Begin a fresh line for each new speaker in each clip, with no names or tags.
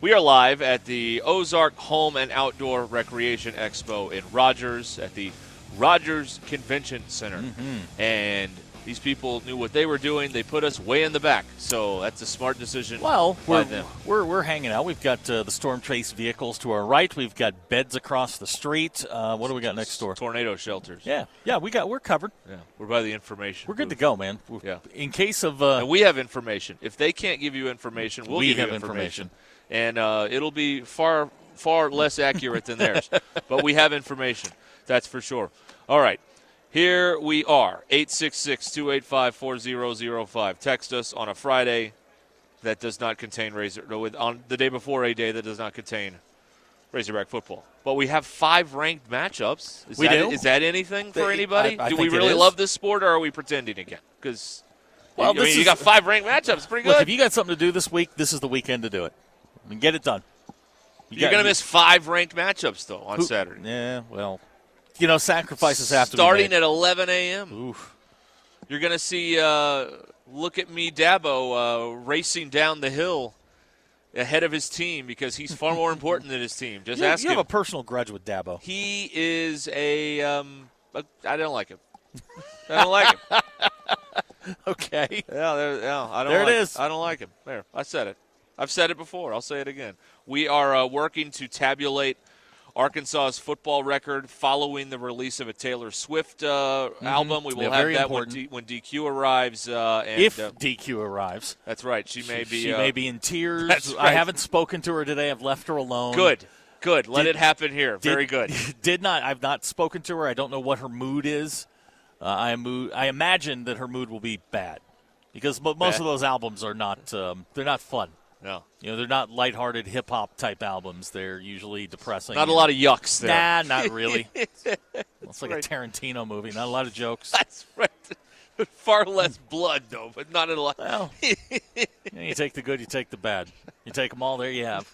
We are live at the Ozark Home and Outdoor Recreation Expo in Rogers at the Rogers Convention Center.
Mm-hmm.
And these people knew what they were doing. They put us way in the back. So that's a smart decision
Well,
by
we're,
them.
we're, we're hanging out. We've got uh, the storm trace vehicles to our right. We've got beds across the street. Uh, what do we got next door?
Tornado shelters.
Yeah, yeah, we got we're covered.
Yeah. We're by the information.
We're good to
booth.
go, man. We're-
Yeah.
In case of uh,
And we have information. If they can't give you information, we'll
We
give
have
you information. And uh, it'll be far, far less accurate than theirs. but we have information. That's for sure. All right. Here we are 866 285 4005. Text us on a Friday that does not contain Razor, no, with- on the day before a day that does not contain Razorback football. But we have five ranked matchups. Is
We
that,
do.
Is that anything for
I-
anybody?
I
do we
think it
really
is.
love this sport or are we pretending again? Because.
Well,
Well,
this
you
is-
got five ranked matchups. Pretty good.
look, if you got something to do this week, this is the weekend to do it. I mean, get it done. You
You're
got-
going to miss five ranked matchups, though, on
who-
Saturday.
Yeah, well, you know, sacrifices have to
Starting
be made.
at 11 a.m.,
Oof.
you're going to see uh, Look at Me Dabo uh, racing down the hill ahead of his team because he's far more important than his team. Just
You,
ask
you
him.
have a personal grudge with Dabo.
he is a. Um, a I don't like him. I don't like him.
Okay.
Yeah, there, yeah I don't
There it
like,
is.
I don't like him. There, I said it. I've said it before. I'll say it again. We are uh, working to tabulate Arkansas's football record following the release of a Taylor Swift uh, album. We will
Mm-hmm. Yeah,
have
very
that when, D-
important.
when DQ arrives. Uh, and,
If
uh,
DQ arrives,
that's right, she may be.
she
uh,
may be in tears.
that's
I
right.
haven't spoken to her today. I've left her alone.
good. Good. Let
Did-
it happen here.
Did-
Very good.
did not. I've not spoken to her. I don't know what her mood is. Uh, I am mood. I imagine that her mood will be bad, because mo most
Bad.
of those albums are not. Um, they're not fun.
No,
You know, they're not lighthearted hip hop type albums. They're usually depressing.
not a lot of yucks there.
Nah, not really. it's like a Tarantino movie. Not a lot of jokes.
That's right. Far less blood though, but not a lot.
Well, you take the good, you take the bad, you take them all. There you have.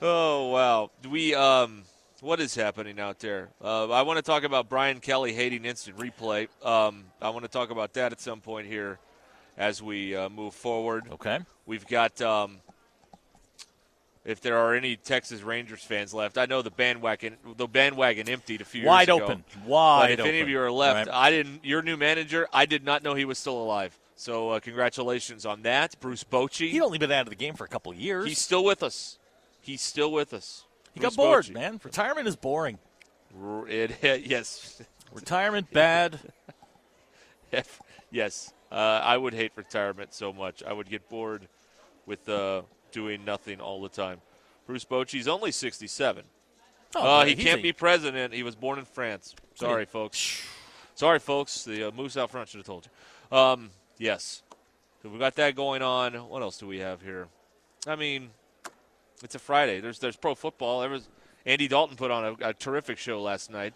Oh wow, we um, what is happening out there? Uh, I want to talk about Brian Kelly hating instant replay. Um, I want to talk about that at some point here as we uh, move forward.
Okay.
We've got um, if there are any Texas Rangers fans left, I know the bandwagon the bandwagon emptied a few
Wide
years ago.
open.
But if
Wide
any of
open.
you are left,
Right.
I didn't. Your new manager, I did not know he was still alive. So uh, congratulations on that, Bruce Bochy.
He'd only been out of the game for a couple of years.
He's still with us. He's still with us.
he got
Bruce
bored,
Bochy.
man. Retirement is boring.
R- It, yes,
Retirement bad.
yes. Uh, I would hate retirement so much. I would get bored with uh, doing nothing all the time. Bruce Bochy's only 67.
Oh,
Uh, he
he's
can't
a-
be president. He was born in France. Sorry, folks. Sorry, folks. The uh, Moose out front should have told you. Um, yes. So we got that going on. What else do we have here? I mean, it's a Friday. There's there's pro football. Everyone's, Andy Dalton put on a, a terrific show last night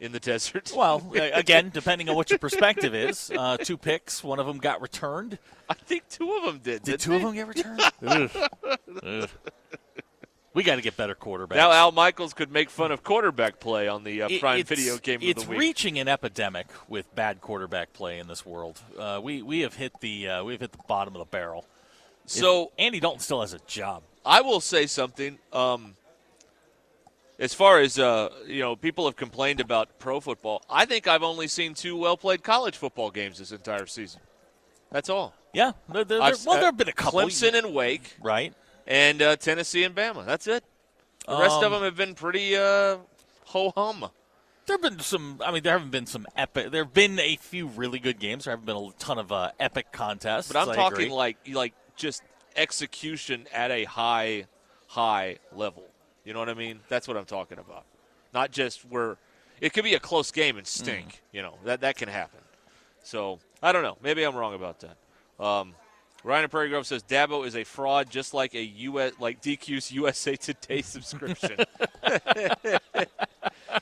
in the desert.
Well, a- again, depending on what your perspective is, uh, two picks. One of them got returned.
I think two of them did.
Did
didn't
two of
they?
them get returned? Ugh. Ugh. We got to get better quarterbacks.
Now Al Michaels could make fun of quarterback play on the uh,
It-
Prime
it's-
Video Game of
It's
the Week.
reaching an epidemic with bad quarterback play in this world. Uh, we we have hit the uh, we've hit the bottom of the barrel.
so
Andy Dalton still has a job.
I will say something. Um, as far as uh, you know, people have complained about pro football. I think I've only seen two well-played college football games this entire season. That's all.
Yeah, there, there,
I've-
there- well, there have been a
uh,
couple.
Clemson and Wake,
right?
and uh, Tennessee and Bama. That's it. The rest
Um,
of them have been pretty uh, ho hum.
There have been some. I mean, there haven't been some epic. There have been a few really good games. There haven't been a ton of uh, epic contests.
But I'm
I
talking
agree.
like like just execution at a high high level. You know what I mean? That's what I'm talking about. Not just where it could be a close game
Mm.
and stink. You know that that can happen. So I don't know. Maybe I'm wrong about that. Um, Ryan of Prairie Grove says Dabo is a fraud, just like a US like DQ's USA Today subscription.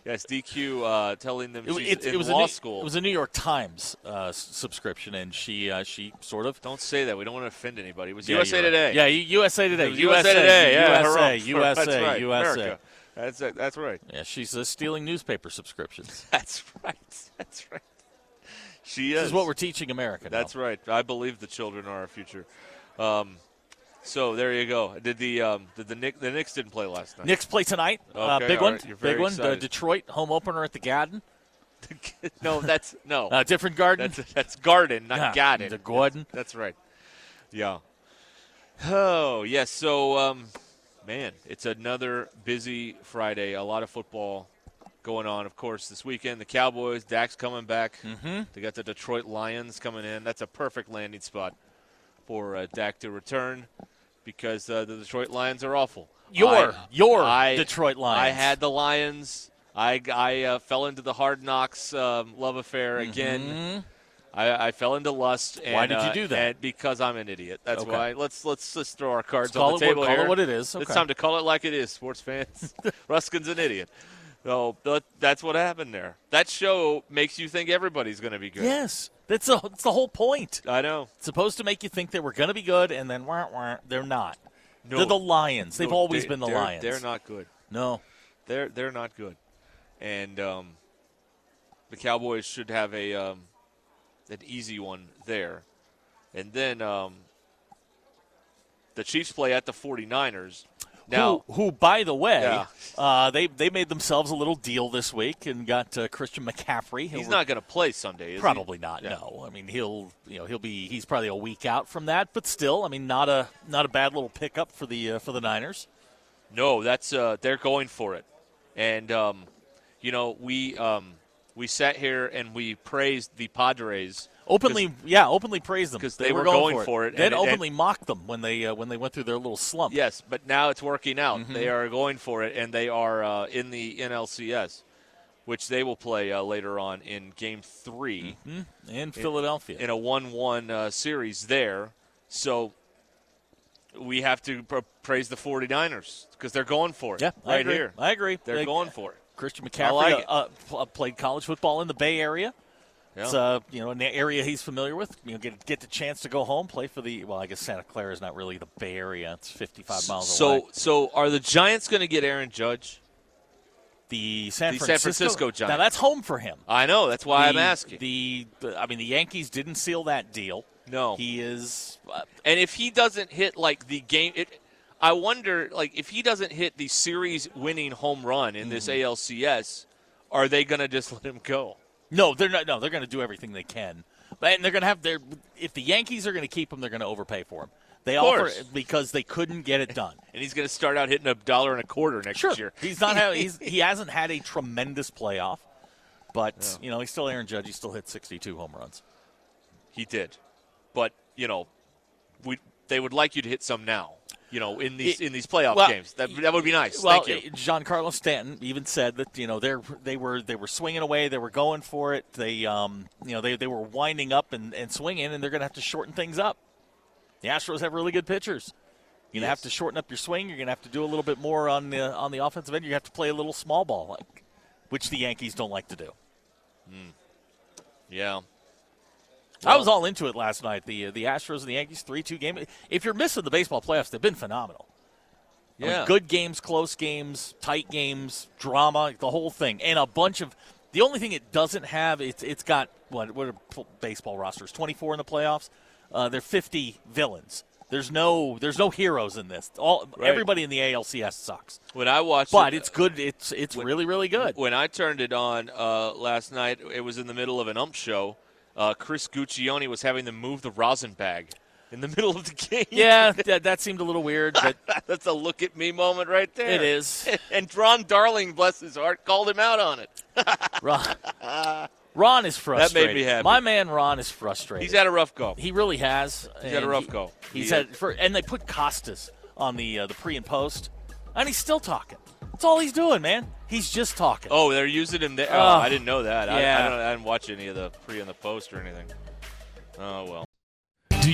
yes, DQ uh, telling them she's
it, it,
in
it was a
law
New-
school.
It was a New York Times uh, s- subscription, and she uh, she sort of
don't say that. We don't want to offend anybody. It was
Yeah,
USA
you're right.
Today.
Yeah, U- USA Today.
It was USA, Today. Yeah, hurrah.
USA. USA.
That's right.
USA.
America. That's it. That's right.
Yeah, she's uh, stealing newspaper subscriptions.
That's right. That's right. She is.
This is what we're teaching America. now.
That's right. I believe the children are our future. Um, so there you go. Did the um, did the Nick the Knicks didn't play last night?
Knicks play tonight. uh,
Okay,
big
all
one.
right. You're very
big one. Uh,
excited.
Detroit home opener at the Garden.
no, that's no.
Uh, different Garden.
that's that's Garden, not
Yeah,
Garden.
the Gordon.
That's right. Yeah. Oh yes. So, um, man, it's another busy Friday. A lot of football going on, of course, this weekend. The Cowboys, Dak's coming back. Mm-hmm. They got the Detroit Lions coming in. That's a perfect landing spot for uh, Dak to return because uh, the Detroit Lions are awful.
Your-
I-
your
I-
Detroit
I
Lions.
had the Lions. I, I uh, fell into the hard knocks um, love affair again. I, I fell into lust. And,
Why did you
uh,
do that?
and because I'm an idiot. That's
Okay.
why. Let's let's just throw our cards
Let's call
on the
it what-
table
call it
here.
what it is.
It's
Okay.
time to call it like it is, sports fans. Ruskin's an idiot. So that, that's what happened there. That show makes you think everybody's going to be good.
yes. That's, the that's the whole point.
I know.
It's supposed to make you think they were going to be good, and then wah, wah, they're not.
No.
They're the Lions. They've
No,
always
they-
been the
they're-
Lions.
They're not good.
No.
They're they're not good, and um, the Cowboys should have a um, an easy one there, and then um, the Chiefs play at the 49ers. Now
who, who, by the way,
Yeah.
uh, they they made themselves a little deal this week and got uh, Christian McCaffrey. He'll
he's not going to play Sunday, is
Probably not.
Yeah.
No, I mean he'll you know he'll be he's probably a week out from that, but still, I mean not a not a bad little pickup for the uh, for the Niners.
he? No, that's uh, they're going for it, and um, you know we um, we sat here and we praised the Padres.
Openly, yeah, openly praise them
'cause they were going for it, and
Then
it-
openly mock them when they uh, when they went through their little slump.
Yes, but now it's working out.
Mm-hmm.
They are going for it, and they are uh, in the NLCS, which they will play uh, later on in Game 3
Mm-hmm. in Philadelphia.
in a one-one uh, series there. So we have to pr- praise the 49ers because they're going for it.
yeah,
right
I agree.
here.
I agree.
They're
They-
going for it.
Christian
I
McCaffrey
like
uh,
it.
uh, pl- uh, played college football in the Bay Area.
Yeah.
It's uh, you know an area he's familiar with. You know, get get the chance to go home, play for the. Well, I guess Santa Clara is not really the Bay Area. It's 55 miles away.
so, so are the Giants going to get Aaron Judge?
the San,
The San
Francisco,
Francisco Giants.
Now that's home for him.
I know. That's why I'm
The-
asking.
The, the- I mean, the Yankees didn't seal that deal.
No.
he is. Uh,
And if he doesn't hit like the game, it, I wonder like if he doesn't hit the series winning home run in
Mm.
this ALCS, are they gonna just let him go?
no, they're not. No, they're going to do everything they can, but and they're going to have their. If the Yankees are going to keep him, they're going to overpay for him. They offer
course.
because they couldn't get it done.
And he's gonna start out hitting a dollar and a quarter next
Sure,
year.
he's not. Having, he's he hasn't had a tremendous playoff, but you know he's still Aaron Judge. He still hit 62 home runs.
He did, but you know, we they would like you to hit some now. You know, in these
It-
in these playoff
well,
games, that that would be nice.
Well, eh,
Thank you.
Giancarlo Stanton even said that you know they they were they were swinging away, they were going for it, they um you know they, they were winding up and, and swinging, and they're going to have to shorten things up. The Astros have really good pitchers. You're gonna
Yes.
have to shorten up your swing. You're gonna have to do a little bit more on the on the offensive end. You have to play a little small ball, like which the Yankees don't like to do.
yeah,
I was all into it last uh, night. The the Astros and the Yankees three two game. If you're missing the baseball playoffs, they've been phenomenal. I mean,
Yeah.
good games, close games, tight games, drama, the whole thing, and a bunch of. The only thing it doesn't have, it's it's got what what are p- baseball rosters? Twenty four in the playoffs. Uh, they're fifty villains. There's no there's no heroes in this. All
Right.
everybody in the ALCS sucks,
When I watched
but
it,
it's good. It's it's really really good.
When I turned it on uh, last night, it was in the middle of an ump show. Uh, Chris Guccione was having them move the rosin bag in the middle of the game.
Yeah, that, that seemed a little weird, but
That's a look at me moment right there.
it is.
And Ron Darling, bless his heart, called him out on it.
Ron, Ron is frustrated.
me happy.
My man Ron is frustrated.
He's had a rough go.
He really has. He's
had a rough go.
He's
He-
had, for, and they put Costas on the uh, the pre and post, and he's still talking. That's all he's doing, man. He's just talking.
Oh, they're using him there. Oh,
Oh,
I didn't know that. I, I,
yeah.
don't, I didn't watch any of the pre and the post or anything. Oh, well. Do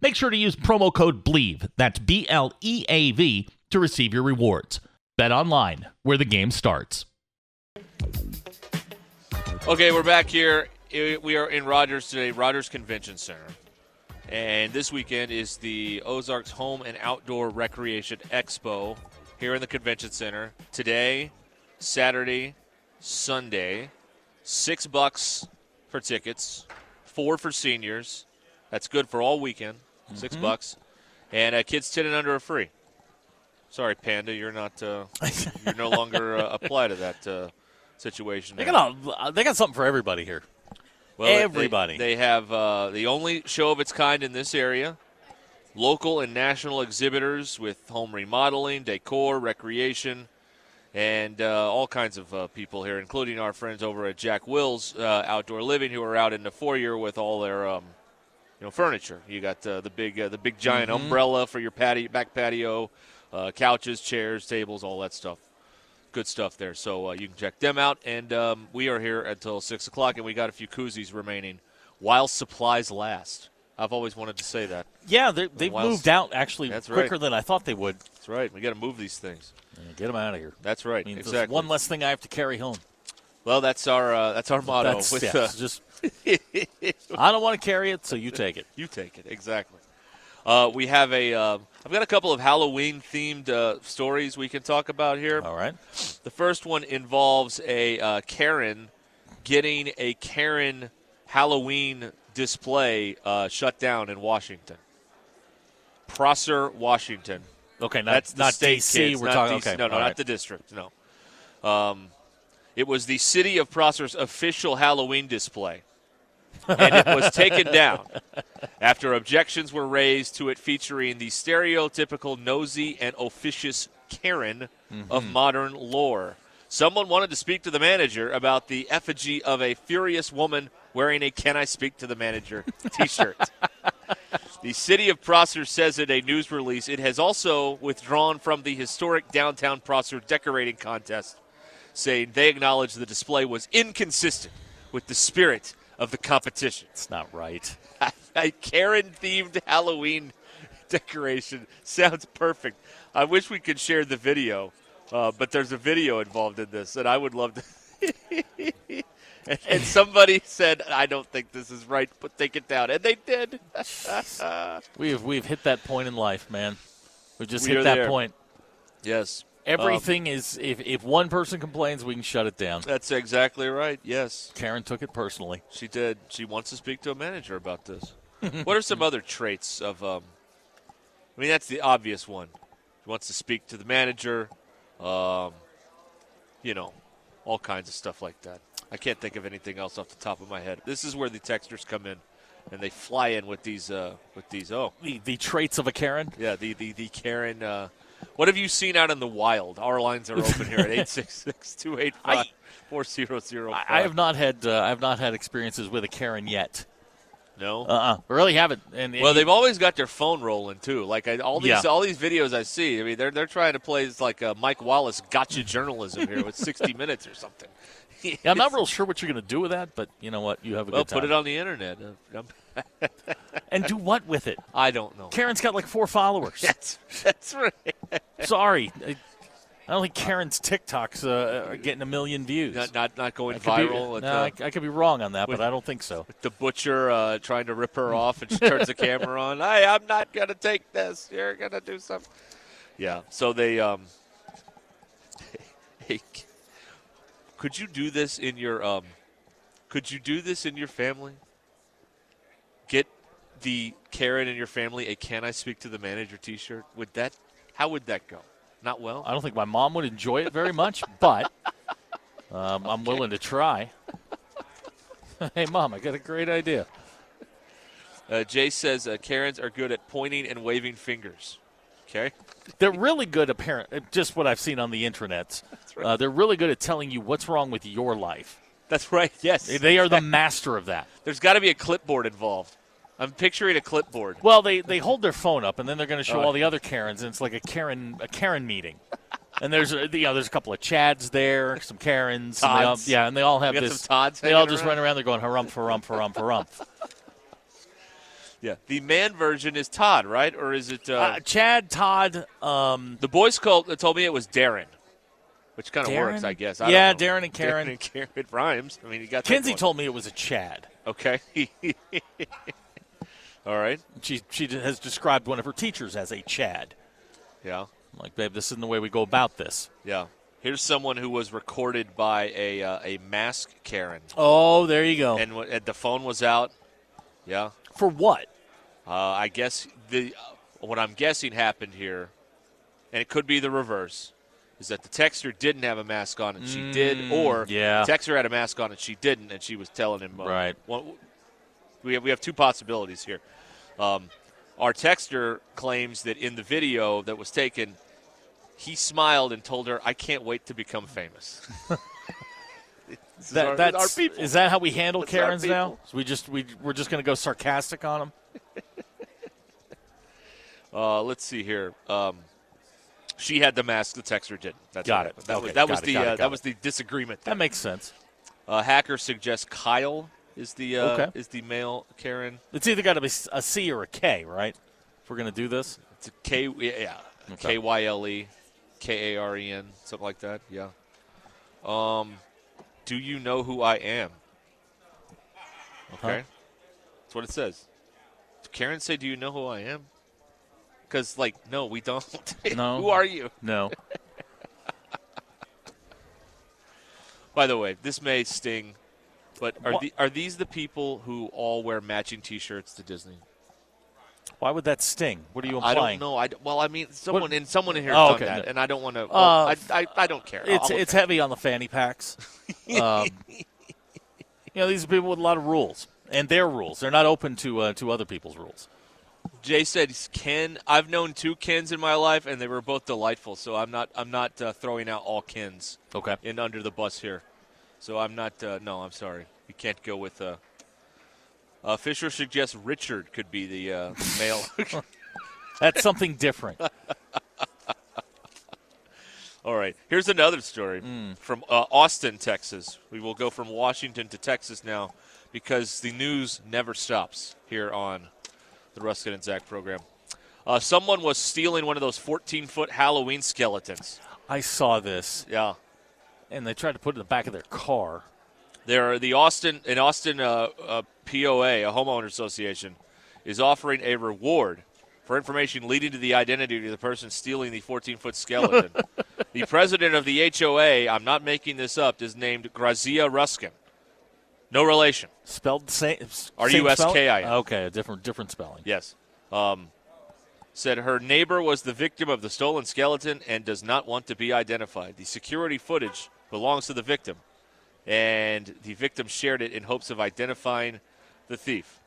Make sure to use promo code BLEAV, that's B L E A V, to receive your rewards. Bet online, where the game starts.
Okay, we're back here. I- We are in Rogers today, Rogers Convention Center. And this weekend is the Ozarks Home and Outdoor Recreation Expo here in the Convention Center. Today, Saturday, Sunday. Six bucks for tickets, four for seniors. That's good for all weekend. 6 bucks. And uh, kids 10 and under are free. Sorry, Panda, you're not. Uh, you're no longer uh, apply to that uh, situation.
They
now.
got a, uh, they got something for everybody here.
Well, they-
Everybody.
They, have uh, the only show of its kind in this area. Local and national exhibitors with home remodeling, decor, recreation, and uh, all kinds of uh, people here, including our friends over at Jack Will's uh, Outdoor Living, who are out in the foyer with all their, um, you know, furniture. You got uh, the big, uh, the big giant umbrella for your patio, back patio, uh, couches, chairs, tables, all that stuff good stuff there. So uh, you can check them out. And um, we are here until six o'clock, and we got a few koozies remaining while supplies last. I've always wanted to say that.
Yeah, they- they've
Whilst-
moved out actually
That's
quicker
right.
than I thought they would.
That's right. We got to move these things.
Get them out of here.
That's right.
I mean, there's
exactly.
one less thing I have to carry home.
well, that's our uh, that's our motto.
That's
with,
yeah,
uh,
it's just. I don't want to carry it, so you take it.
you take it exactly. Uh, we have a. Uh, I've got a couple of Halloween themed uh, stories we can talk about here.
All right.
The first one involves a uh, Karen getting a Karen Halloween display uh, shut down in Washington. Prosser, Washington.
Okay, not,
That's the
not
state
DC.
kids,
we're
not
talking.
DC.
okay,
no, no,
all
not
right.
the district. No. Um, it was the city of Prosser's official Halloween display, and it was taken down after objections were raised to it featuring the stereotypical nosy and officious Karen of
Mm-hmm.
modern lore. Someone wanted to speak to the manager about the effigy of a furious woman wearing a "Can I speak to the manager?" T-shirt. The city of Prosser says in a news release it has also withdrawn from the historic downtown Prosser decorating contest, saying they acknowledge the display was inconsistent with the spirit of the competition.
It's not right.
A Karen themed Halloween decoration sounds perfect. I wish we could share the video, uh, but there's a video involved in this, and I would love to. And- and somebody said, I don't think this is right, but take it down. And they did.
We've we've hit that point in life, man. We've just
We are
hit that
there.
point.
yes.
Everything is if if one person complains, we can shut it down.
That's exactly right. Yes,
Karen took it personally.
she did. She wants to speak to a manager about this. what are some other traits of? Um, I mean, that's the obvious one. wants to speak to the manager. Um, you know, all kinds of stuff like that. I can't think of anything else off the top of my head. This is where the texters come in, and they fly in with these uh, with these. Oh,
The, the traits of a Karen.
yeah, the the the Karen. Uh, what have you seen out in the wild? Our lines are open here at 866-285-4005.
I, I have not had uh, I have not had experiences with a Karen yet.
no.
Uh, uh really haven't. And, and
well,
you-
they've always got their phone rolling too. Like I, all these
Yeah.
all these videos I see, I mean, they're they're trying to play it's like uh, Mike Wallace gotcha journalism here with 60 Minutes or something.
yeah, I'm not real sure what you're going to do with that, but you know what? You have a
well,
good time.
put it on the internet. Uh, I'm-
and do what with it?
I don't know.
Karen's got like four followers.
That's that's right.
Sorry, I, I don't think Karen's TikToks uh, are getting a million views.
Not not not going
I could be-
viral. with,
no,
uh,
I, I could be wrong on that,
with-
but I don't think so.
the butcher uh, trying to rip her off, and she turns the camera on. Hey, I'm not gonna take this. You're gonna do something. Yeah. So they um. hey, c- could you do this in your um? Could you do this in your family? Get the Karen in your family a "Can I speak to the manager" T-shirt. Would that? How would that go? Not well.
I don't think my mom would enjoy it very much, but um, I'm willing to try. hey, mom, I got a great idea.
Uh, Jay says uh, Karens are good at pointing and waving fingers. Okay.
They're really good, apparent. uh, Just what I've seen on the internets.
right.
uh, they're really good at telling you what's wrong with your life.
That's right. Yes.
They- They are the master of that.
There's got to be a clipboard involved. I'm picturing a clipboard.
Well, they, they hold their phone up, and then they're going to show all the other Karens, and it's like a Karen a Karen meeting. And there's a, you know there's a couple of Chads there, some Karens, and they all-
Tods.
yeah, and they all have
We got
this.
some Tods
they all
hanging
just
around.
run around. They're going harumph, harumph, harumph, harumph.
Yeah. The man version is Todd, right? Or is it? Uh,
Uh, Chad, Todd, um,
the Boy Scout told me it was Darren, which kind of
Darren?
works, I guess. I
Yeah,
don't know.
Darren and Karen.
Darren and Karen. It rhymes. I mean, you got. that
Kinsey
going.
told me it was a Chad.
Okay. All right.
She she has described one of her teachers as a Chad.
Yeah.
I'm like, babe, this isn't the way we go about this.
Yeah. Here's someone who was recorded by a uh, a mask Karen,
Oh, there you go.
and, w- and the phone was out. Yeah.
for what?
Uh, I guess the what I'm guessing happened here, and it could be the reverse, is that the texter didn't have a mask on and she did, or
Mm, yeah.
the texter had a mask on and she didn't, and she was telling him. uh,
Right.
Well, we have we have two possibilities here. Um, our texter claims that in the video that was taken, he smiled and told her, "I can't wait to become famous." This is
That,
our- this is
that's
our people.
is that how we handle
That's our
Karens now?
people.
So we just we we're just going to go sarcastic on them.
Uh, let's see here. Um, she had the mask. The texter didn't. That's what
Got it.
happened. That was
Okay,
that
got
was
it,
the
got it,
uh,
got
that
it.
was the disagreement.
That
There.
makes sense.
Uh, hacker suggests Kyle is the uh,
Okay.
is the male Karen.
It's either got to be a C or a K, right? If we're going to do this,
It's a K yeah
Okay.
K Y L E K A R E N something like that. Yeah. Um, do you know who I am? Okay, that's what it says. Did Karen say, "Do you know who I am?" Because like, no, we don't.
No.
who are you?
no.
By the way, this may sting, but are
What?
the, are these the people who all wear matching T-shirts to Disney?
Why would that sting? What are you
I
implying?
don't know. I d- well, I mean, someone in someone in here
Oh,
has
okay.
done that, and I don't want to.
Uh,
I, I I don't care.
It's
I'll-
it's heavy on the fanny packs. Um, you know, these are people with a lot of rules and their rules. They're not open to uh, to other people's rules.
Jay said Ken. I've known two Kens in my life, and they were both delightful. So I'm not I'm not uh, throwing out all Kens
Okay.
in under the bus here. So I'm not. Uh, no, I'm sorry. You can't go with. Uh, uh, Fisher suggests Richard could be the uh, male.
That's something different.
All right. Here's another story from uh, Austin, Texas. We will go from Washington to Texas now because the news never stops here on the Ruskin and Zach program. Uh, someone was stealing one of those 14 foot Halloween skeletons.
I saw this,
Yeah.
and they tried to put it in the back of their car.
There are the Austin an Austin uh, uh, POA, a homeowner association, is offering a reward for information leading to the identity of the person stealing the 14-foot skeleton. the president of the HOA, I'm not making this up, is named Grazia Ruskin. No relation.
Spelled same.
R
same
U S K I N.
spelling? Okay, a different different spelling.
Yes. Um, said her neighbor was the victim of the stolen skeleton and does not want to be identified. The security footage belongs to the victim, and the victim shared it in hopes of identifying the thief.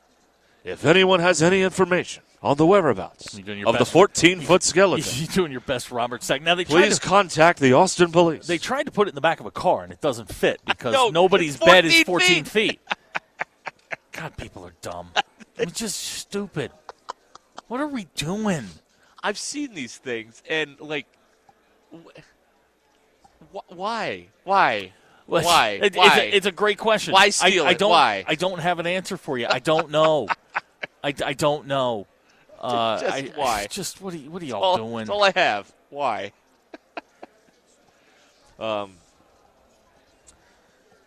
If anyone has any information on the whereabouts
You're doing your
of the
best.
14 foot skeleton,
You're doing your best, Robert Stack. Now they tried
please
to,
contact the Austin police.
they tried to put it in the back of a car, and it doesn't fit because
know,
nobody's
it's
bed is
14
14 feet. God, people are dumb. It's just stupid. What are we doing?
I've seen these things, and like, wh- why? Why?
Well,
Why?
it- It's,
Why?
A, it's a great question.
Why steal
I, I
it?
don't,
Why?
I don't have an answer for you. I don't know. I, I don't know. Uh,
Just
I-
why?
Just what are, y- what are y'all
all,
doing?
That's all I have. Why? um,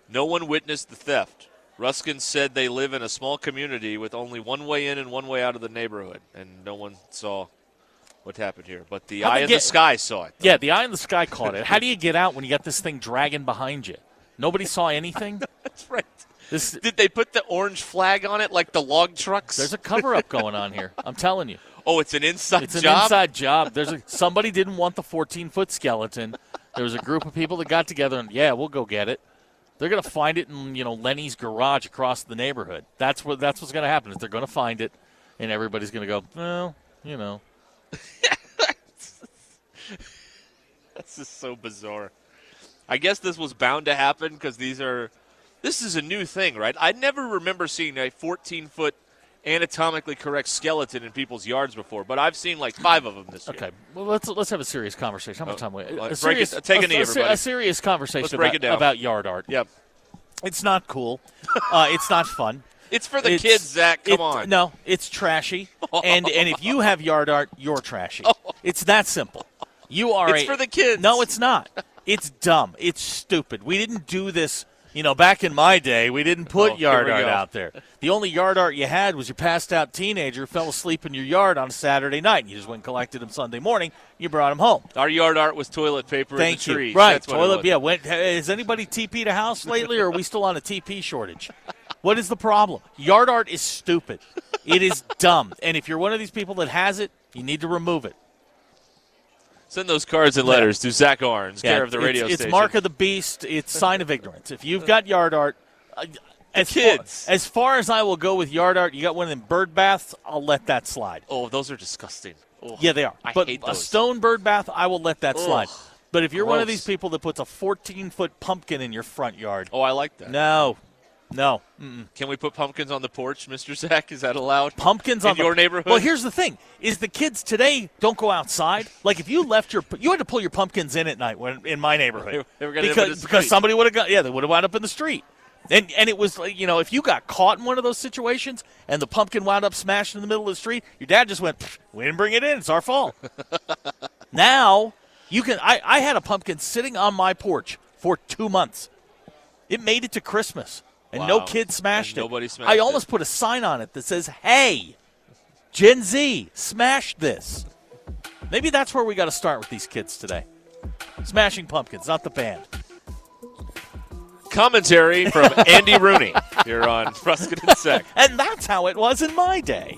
no one witnessed the theft. Ruskin said they live in a small community with only one way in and one way out of the neighborhood, and no one saw what happened here. But the
How'd
eye
they
in the
get-
sky saw it.
Yeah, the eye in the sky caught it. How do you get out when you got this thing dragging behind you? Nobody saw anything.
That's right.
This
Did they put the orange flag on it like the log trucks?
there's a cover up going on here. I'm telling you,
oh, it's an inside
it's an
job.
inside job. There's a, somebody didn't want the 14 foot skeleton. There was a group of people that got together and yeah, we'll go get it. They're gonna find it in you know Lenny's garage across the neighborhood. That's what that's what's gonna happen. Is they're gonna find it, and everybody's gonna go well, you know.
This is so bizarre. I guess this was bound to happen because these are. This is a new thing, right? I never remember seeing a 14 foot anatomically correct skeleton in people's yards before, but I've seen like five of them this year.
Okay, well let's let's have a serious conversation. How much time we?
uh, break
A
it-
serious,
take a knee,
a, se-
everybody.
a serious conversation
Let's break
about,
it down.
about yard art.
Yep.
It's not cool. Uh, it's not fun.
It's for the
It's-
kids, Zach. Come
it-
on.
No, it's trashy. and and if you have yard art, you're trashy. It's that simple. You are.
Oh. It's
a-
for the kids.
No, it's not. It's dumb. It's stupid. We didn't do this. You know, back in my day, we didn't put
Oh, here
yard
we
art
go.
out there. The only yard art you had was your passed out teenager who fell asleep in your yard on a Saturday night, and you just went and collected him Sunday morning. You brought him home.
Our yard art was toilet paper in
Thank
the
you.
trees.
Right,
That's what it
toilet.
was.
Yeah, went, has anybody TP'd a house lately, or are we still on a TP shortage? What is the problem? Yard art is stupid. It is dumb, and if you're one of these people that has it, you need to remove it.
Send those cards and letters to Zach Arns,
Yeah,
care of the
it's-
radio
it's,
station.
mark of the beast. It's sign of ignorance. If you've got yard art, uh, as
kids.
far, as far as I will go with yard art, you got one of them bird baths. I'll let that slide.
oh, those are disgusting. Oh,
Yeah, they are.
I
but
hate
a
those.
stone bird bath, I will let that slide.
Ugh,
But if you're one of
gross.
these people that puts a 14 foot pumpkin in your front yard,
Oh, I like that.
No, no.
Can we put pumpkins on the porch, Mr. Zach? Is that allowed?
Pumpkins
In
on the-
your neighborhood?
Well, here's the thing: is the kids today don't go outside. Like if you left your, you had to pull your pumpkins in at night when, in my neighborhood
They were gonna end up in
because
the
because
street.
somebody would have got yeah they would have wound up in the street. And, and it was like you know if you got caught in one of those situations and the pumpkin wound up smashed in the middle of the street, your dad just went, "Pfft, "We didn't bring it in; it's our fault." now you can. I, I had a pumpkin sitting on my porch for two months. It made it to Christmas, and no
Wow.
kid smashed
And
it.
nobody smashed
I
it.
almost put a sign on it that says, "Hey, Gen Z, smash this." Maybe that's where we got to start with these kids today. Smashing pumpkins, not the band.
Commentary from Andy Rooney here on Ruskin and Zach.
And that's how it was in my day.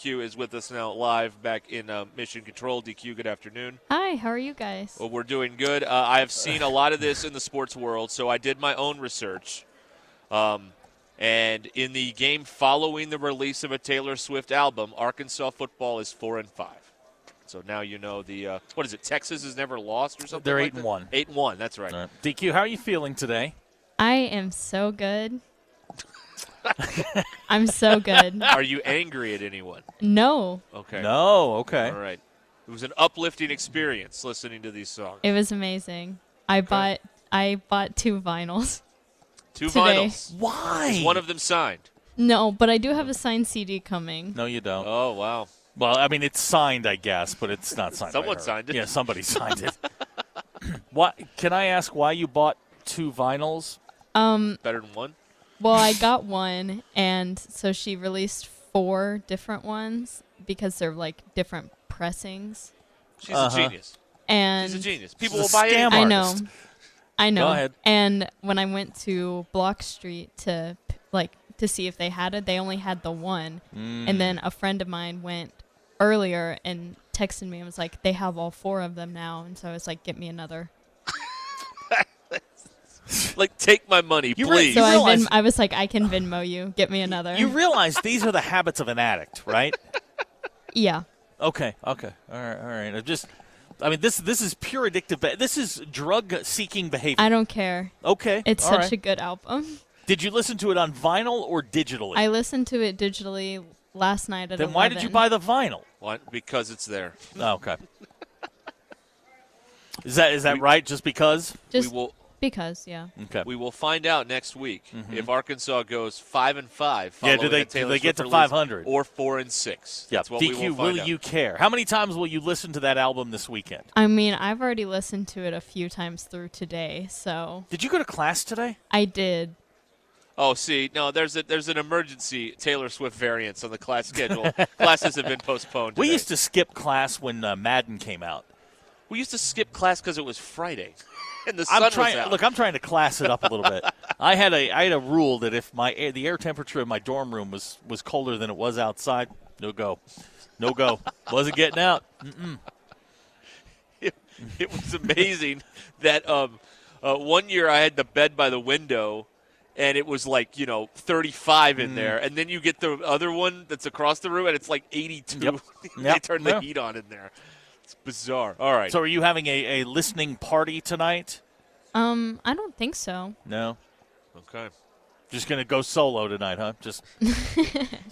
Q is with us now live back in uh, Mission Control. DQ, good afternoon.
Hi, how are you guys?
Well, we're doing good. Uh, I have seen a lot of this in the sports world, so I did my own research. Um, and in the game following the release of a Taylor Swift album, Arkansas football is four and five. So now you know the uh, what is it? Texas has never lost or something.
They're
like
eight and
that?
one.
Eight and one. That's right.
All right. DQ, Uh, how are you feeling today?
I am so good. I'm so good.
Are you angry at anyone?
No,
Okay.
No, okay.
All right. It was an uplifting experience listening to these songs.
it was amazing. I bought I bought two vinyls.
Two
today.
vinyls.
Why?
Is one of them signed?
No, but I do have a signed CD coming.
no, you don't.
Oh wow.
Well, I mean, it's signed, I guess, but it's not signed. by
Someone
her.
signed it.
Yeah, somebody signed it. Why? Can I ask why you bought two vinyls?
Better than one.
Well, I got one, and so she released four different ones because they're like different pressings.
She's a genius.
And
She's a genius. People will
Uh-huh. She's a
buy
scam
it.
I know.
artist.
I know.
ahead.
And when I went to Block Street to p- like to see if they had it, they only had the one. And then
Mm.
a friend of mine went earlier and texted me and was like, "They have all four of them now." And so I was like, "Get me another."
Like, take my money,
You really-
please.
So I,
realize-
Venmo, I was like, "I can Venmo you. Get me another."
You realize these are the habits of an addict, right?
yeah.
Okay, okay, all right, all right. I just, I mean, this this is pure addictive. Be- this is drug seeking behavior.
I don't care.
okay,
It's
all
such
right.
a good album.
Did you listen to it on vinyl or digitally?
I listened to it digitally last night at
then why did you
11.
buy the vinyl?
Why? Because it's there.
Oh, okay. Is that is that right? Just because?
Just
we will
because, yeah.
Okay.
we will find out next week if Arkansas goes five and five.
Mm-hmm. Yeah, do
following
they-
a
do
Taylor
they
Swift
get to
release
500?
or four and six?
Yeah.
That's what
DQ,
we will find out.
you care? How many times will you listen to that album this weekend?
I mean, I've already listened to it a few times through today, so
Did you go to class today?
I did.
Oh, see, no, there's a there's an emergency Taylor Swift variance on the class schedule. Classes have been postponed.
We
today.
used to skip class when uh, Madden came out.
we used to skip class because it was Friday, and the sun
I'm
was
trying.
out.
Look, I'm trying to class it up a little bit. I had a I had a rule that if my air, the air temperature in my dorm room was was colder than it was outside, no go, no go. Wasn't getting out.
it, it was amazing that um, uh, one year I had the bed by the window, and it was like you know 35
Mm.
in there, and then you get the other one that's across the room, and it's like 82.
Yep.
they
Yep.
turn the
Yeah.
heat on in there. It's bizarre. All right.
So, are you having a, a listening party tonight?
Um, I don't think so.
No,
okay.
just gonna go solo tonight, huh? Just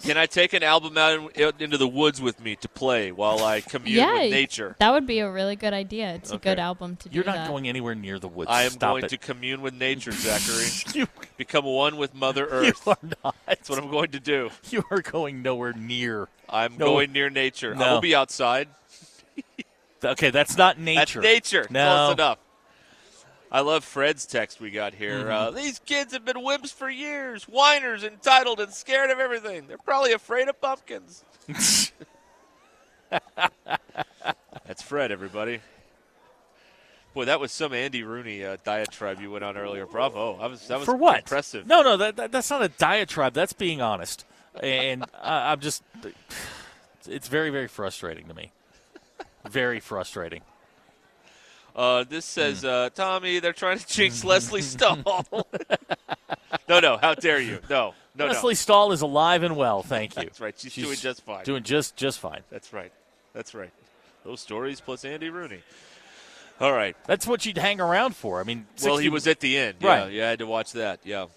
Can I take an album out, in, out into the woods with me to play while I commune
yeah,
with nature?
That would be a really good idea. It's a good album to
you're
do
not
that.
going anywhere near the woods.
I am
Stop
going
it.
to commune with nature, Zachary.
you,
Become one with Mother
you
Earth.
are not.
That's what I'm going to do.
You are going nowhere near.
I'm
No.
going near nature. I
No.
will be outside.
Okay, that's not nature.
That's nature.
No.
Close enough. I love Fred's text we got here.
Mm-hmm.
Uh, These kids have been wimps for years, whiners, entitled, and scared of everything. They're probably afraid of pumpkins. That's Fred, everybody. Boy, that was some Andy Rooney uh, diatribe you went on earlier. Bravo. I was, that was
for what?
impressive.
No, no, that, that, that's not a diatribe. That's being honest, and I, I'm just. It's very, very frustrating to me. Very frustrating.
Uh, this says,
Hmm.
uh, Tommy, they're trying to jinx Leslie Stahl. no, no. How dare you? No, no,
Leslie
no.
Stahl is alive and well, thank you.
That's right. She's, doing just fine.
Doing just, just fine.
That's right. That's right. Those stories plus Andy Rooney. All right.
That's what you'd hang around for. I mean,
Well, he
60
was at the end. Yeah,
Right.
Yeah, I had to watch that. Yeah.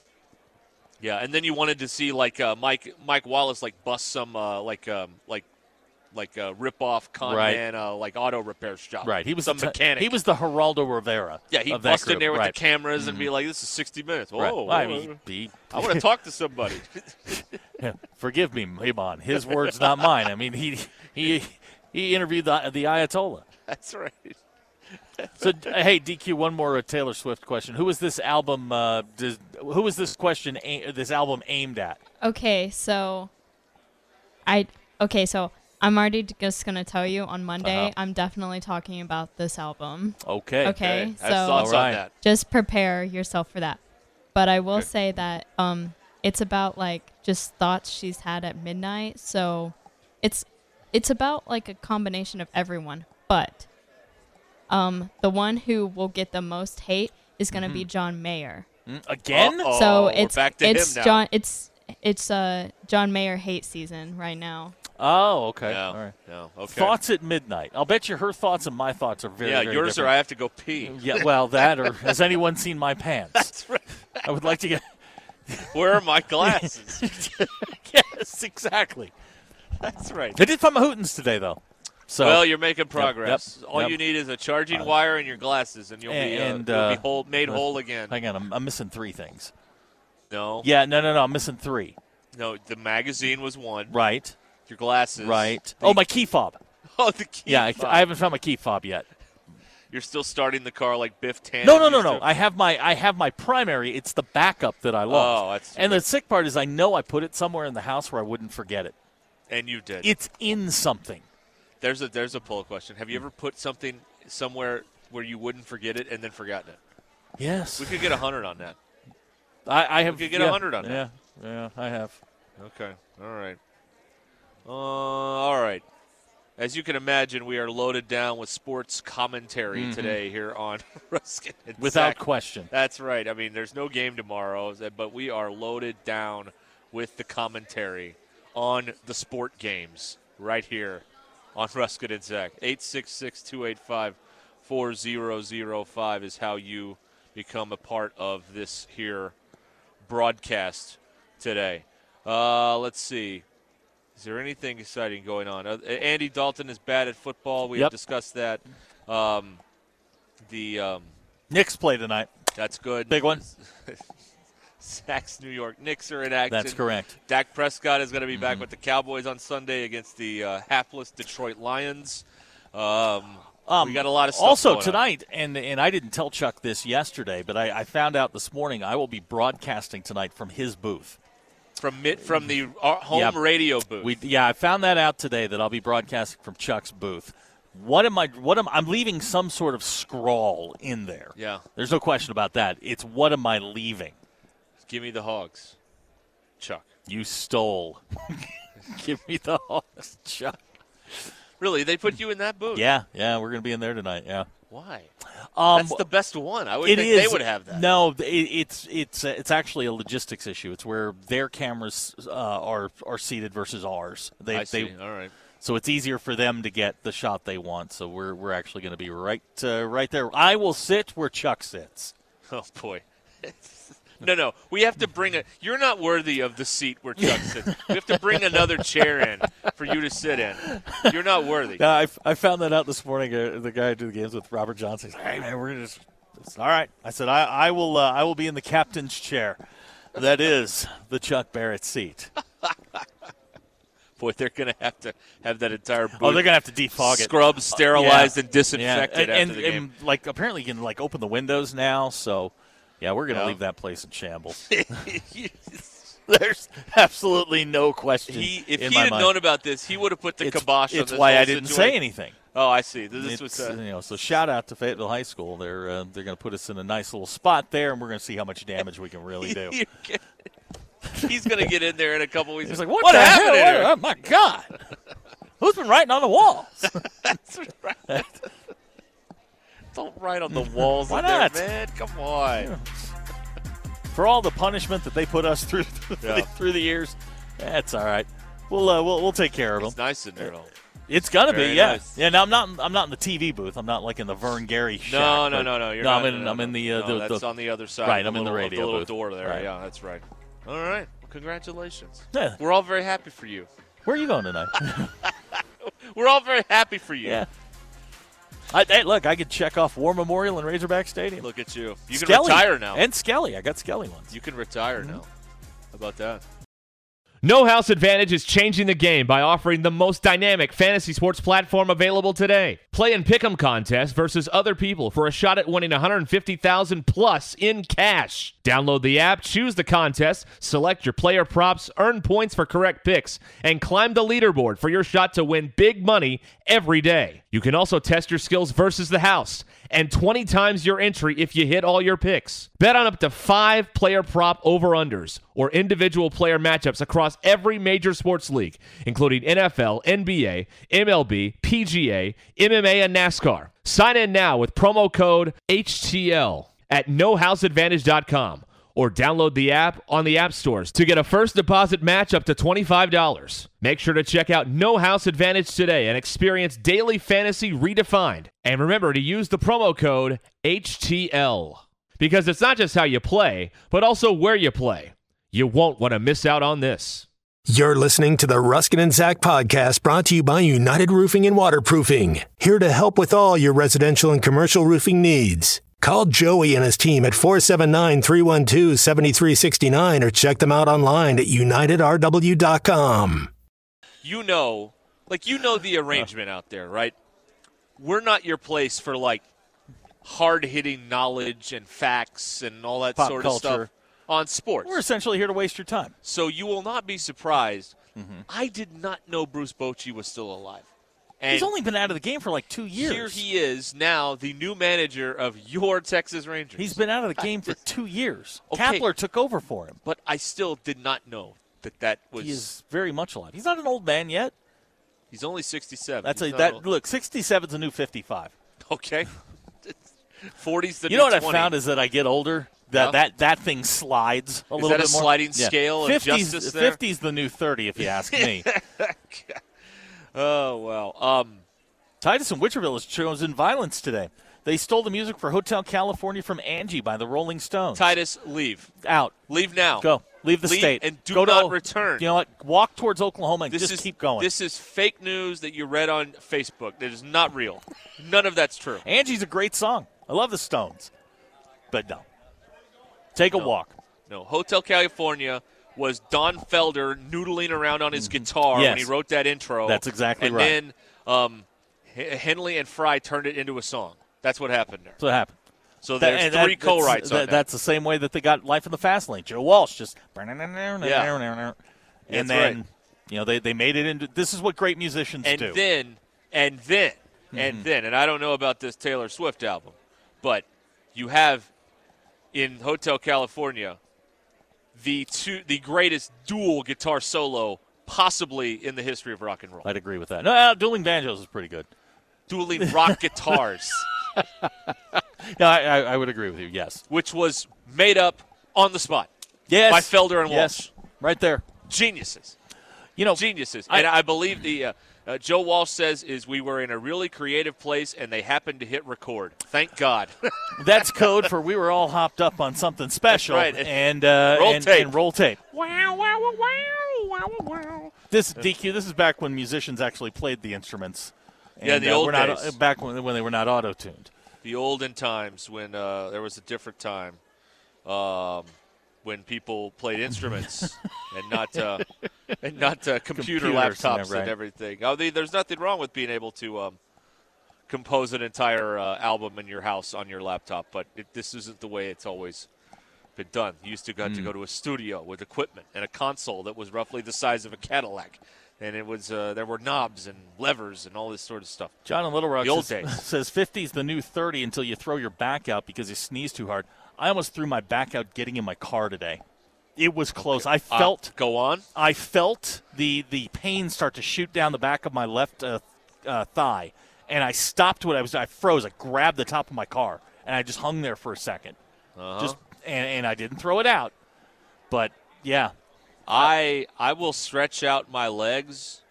Yeah, and then you wanted to see like uh, Mike Mike Wallace like bust some uh, like um, like like uh, rip off con
Right.
man uh, like auto repair shop.
right. He was
some
the,
mechanic.
He was the Geraldo Rivera.
yeah. He
of that
bust in
group.
there with
right. Mm-hmm.
the Oh. cameras and be like, "This is sixty minutes." Whoa,
Right.
whoa,
I
whoa.
mean, he-
I want to talk to somebody.
forgive me, Iman. His words, not mine. I mean, he he he interviewed the, the Ayatollah.
That's right.
So, d- hey, DQ, one more uh, Taylor Swift question. Who is this album? Uh, does, who is this question? A- this album aimed at?
Okay, so I okay, so I'm already d- just gonna tell you on Monday.
Uh-huh.
I'm definitely talking about this album.
Okay.
Okay,
I have
so
thoughts
All right.
on that.
just prepare yourself for that. But I will say that um, it's about like just thoughts she's had at midnight. So it's it's about like a combination of everyone, but um the one who will get the most hate is going to
Mm-hmm.
be John Mayer.
Mm, Again?
Uh-oh.
so
we're
it's
back to him
it's
now.
John it's it's uh John Mayer hate season right now.
Oh, okay.
No,
All right.
no, okay.
Thoughts at midnight. I'll bet you her thoughts and my thoughts are very,
yeah,
very
yours are.
different.
I have to go pee.
Yeah, well, that or has anyone seen my pants? That's right. I would like to get.
Where are my glasses?
yes, exactly.
That's right.
They did find my hootens today, though. So
Well, you're making progress.
yep,
All
yep. Uh,
you need is a charging wire and your glasses, and you'll be, uh,
and,
you'll
uh,
be whole, made
uh,
whole again.
hang on, I'm, I'm missing three things.
no,
Yeah, no, no, no, I'm missing three.
no, the magazine was one.
Right,
Your glasses,
right.
The-
Oh, my key fob.
oh, the key.
Yeah, I,
fob.
I haven't found my key fob yet.
You're still starting the car like Biff Tannen.
No, no, no,
used
no.
to.
I have my I have my primary. It's the backup that I lost.
Oh, that's-
and the sick part is I know I put it somewhere in the house where I wouldn't forget it.
and you did.
It's in something.
there's a there's a poll question. Have you ever put something somewhere where you wouldn't forget it and then forgotten it?
Yes,
We could get a hundred on that.
I, I have.
we could get
yeah,
100 on
yeah,
that.
Yeah, I have.
Okay. All right. Uh, all right. As you can imagine, we are loaded down with sports commentary today here on Ruskin. and
Without
Sack.
question.
That's right. I mean, there's no game tomorrow, but we are loaded down with the commentary on the sport games right here on Ruskin and Zach. 866 285 4005 is how you become a part of this here broadcast today. Uh, let's see. Is there anything exciting going on? Uh, Andy Dalton is bad at football. We
Yep.
have discussed that. Um, the um,
Knicks play tonight.
that's good.
Big one.
Sacks New York Knicks are in action.
That's correct. Mm-hmm.
Dak Prescott is going to be back with the Cowboys on Sunday against the uh, hapless Detroit Lions. Um, we got a lot of stuff
also
going on.
tonight, and and I didn't tell Chuck this yesterday, but I, I found out this morning I will be broadcasting tonight from his booth.
from mid, from the uh, home
Yeah.
radio booth.
We yeah, I found that out today that I'll be broadcasting from Chuck's booth. What am I? What am I'm leaving some sort of scrawl in there?
Yeah.
there's no question about that. It's what am I leaving?
Give me the Hogs, Chuck.
You stole. Give me the hogs, Chuck.
Really, they put you in that booth?
Yeah, yeah, we're gonna be in there tonight. Yeah,
Why?
um,
That's the best one. I would
It
think
is.
they would have that.
No, th- it, it's it's uh, it's actually a logistics issue. It's where their cameras uh, are are seated versus ours. They,
I see.
they
All right.
so it's easier for them to get the shot they want. So we're we're actually going to be right uh, right there. I will sit where Chuck sits.
Oh boy. no, no. We have to bring a. You're not worthy of the seat where Chuck sits. We have to bring another chair in for you to sit in. You're not worthy.
Now, I, f- I found that out this morning. Uh, the guy I do the games with, Robert Johnson, he's like, "Hey man, we're gonna just." it's all right, I said, I, I will uh, I will be in the captain's chair. That is the Chuck Barrett seat.
Boy, they're gonna have to have that entire booth
Oh, they're gonna have to defog it. Uh,
scrubbed, sterilized,
Yeah.
and disinfected
Yeah. And,
after the
and-
game.
and, like apparently you can like open the windows now, so yeah, we're gonna
Yeah.
leave that place in shambles. There's absolutely no question.
he, if
in
he
my
had
mind.
known about this, he would have put the
it's,
kibosh on
it's
this
why
whole
I didn't say
situation.
anything.
Oh, I see. This
It's,
was uh,
you know, so shout out to Fayetteville High School. They're uh, they're going to put us in a nice little spot there, and we're going to see how much damage we can really do.
You're kidding. He's gonna get in there in a couple weeks.
He's like, "What,
what
the
happened
hell?
here?"
What- oh my God, who's been writing on the walls?
Don't write on the walls.
Why
in there,
not?
man? Come on.
for all the punishment that they put us through
Yeah.
through the years. That's all right. We'll uh, we'll we'll take care of them.
It's nice in there. Though.
It's gonna
very
be yeah.
nice.
Yeah. Now I'm not I'm not in the TV booth. I'm not like in the Vern Gary. Shack,
No, no,
but-
no, no. You're
no,
not,
I'm in
no, no,
I'm in
no.
the uh,
no,
the,
that's
the-
on the other side.
right,
of
I'm in the
little- of
radio
little
booth.
door there.
Right.
Yeah, that's right. All right. Well, congratulations.
Yeah.
We're all very happy for you.
Where are you going tonight?
We're all very happy for you.
yeah. I, hey, look, I could check off War Memorial and Razorback Stadium.
Look at you. You can
Skelly.
retire now.
And Mm-hmm. Skelly, I got Skelly ones.
you can retire now. How about that?
No House Advantage is changing the game by offering the most dynamic fantasy sports platform available today. Play in pick'em contests versus other people for a shot at winning 150,000 plus in cash. Download the app, choose the contest, select your player props, earn points for correct picks, and climb the leaderboard for your shot to win big money every day. You can also test your skills versus the house
and 20 times your entry if you hit all your picks. Bet on up to five player prop over unders or individual player matchups across every major sports league, including NFL, NBA, MLB, PGA, MMA, and NASCAR. Sign in now with promo code HTL at nohouseadvantage.com or download the app on the app stores to get a first deposit match up to $25. Make sure to check out No House Advantage today and experience daily fantasy redefined. And remember to use the promo code HTL because it's not just how you play, but also where you play. You won't want to miss out on this.
You're listening to the Ruskin and Zach podcast brought to you by United Roofing and Waterproofing, here to help with all your residential and commercial roofing needs. Call Joey and his team at 479 312 7369 or check them out online at unitedrw.com.
you know, like you know the arrangement out there, right? We're not your place for like hard hitting knowledge and facts and all that
Pop
sort
culture.
of stuff on sports.
We're essentially here to waste your time.
So you will not be surprised.
Mm-hmm.
I did not know Bruce Bochy was still alive. And
He's only been out of the game for like two years.
here he is now, the new manager of your Texas Rangers.
He's been out of the game for
just-
two years.
Okay.
Kapler took over for him.
but I still did not know that that was.
He is very much alive. He's not an old man yet.
he's only 67.
That's
He's
a
not
that
old.
look. Sixty-seven's a new fifty-five.
Okay. 40s the
you
new
know what
20.
I found is that I get older. That
Yeah.
that that thing slides a
Is
little
that a
bit more.
sliding scale of
50's
justice there?
50's the new 30 if you ask me.
Oh, well. Um,
Titus and Witcherville has chosen violence today. They stole the music for Hotel California from Angie by the Rolling Stones.
Titus, leave.
out.
Leave now.
Go. Leave the
Leave
state.
and do
Go to
not
O-
return.
You know what? Walk towards Oklahoma and
This
just
is
keep going.
This is fake news that you read on Facebook. That is not real. None of that's true.
Angie's a great song. I love the Stones. But no. Take a walk.
No, Hotel California was Don Felder noodling around on his guitar when
Mm-hmm. Yes.
he wrote that intro.
That's exactly
and
right.
And then um, H- Henley and Fry turned it into a song. That's what happened there.
That's what happened.
So
That-
there's
and that-
three
that's-
co-writes on
that-
that.
That's the same way that they got Life in the Fast Lane. Joe Walsh just
That's
and then
right.
you know they, they made it into this is what great musicians
and
do.
then and then
Mm-hmm.
and then and I don't know about this Taylor Swift album, but you have in Hotel California the two the greatest dual guitar solo possibly in the history of rock and roll.
I'd agree with that. No, uh, dueling banjos is pretty good.
Dueling rock guitars,
No, I, I, I would agree with you. Yes.
which was made up on the spot.
Yes.
By Felder and
Yes. Right there.
Geniuses.
You know,
Geniuses. and I believe the uh, uh, Joe Walsh says is we were in a really creative place and they happened to hit record. Thank God.
that's code for we were all hopped up on something special.
That's right.
And uh,
Roll
and,
tape.
and roll tape. Wow, wow, wow, wow, wow, wow. This DQ. This is back when musicians actually played the instruments.
Yeah,
And,
the
uh,
old
we're not,
days.
Back when when they were not auto tuned.
the olden times when uh, there was a different time um, when people played instruments and not uh, and not uh, computer
Computers, yeah,
laptops
right.
and everything. Oh, the, there's nothing wrong with being able to um, compose an entire uh, album in your house on your laptop, but it, this isn't the way it's always been done. You used to got
Hmm.
to go to a studio with equipment and a console that was roughly the size of a Cadillac. And it was uh, there were knobs and levers and all this sort of stuff.
John in Little Rock
The old days.
says, says 50 is the new 30 until you throw your back out because you sneeze too hard. I almost threw my back out getting in my car today. It was close. I
Uh,
felt
go on.
I felt the the pain start to shoot down the back of my left uh, uh, thigh, and I stopped what I was. I froze. I grabbed the top of my car, and I just hung there for a 2nd
Uh-huh.
Just and, and I didn't throw it out, but yeah,
I I will stretch out my legs,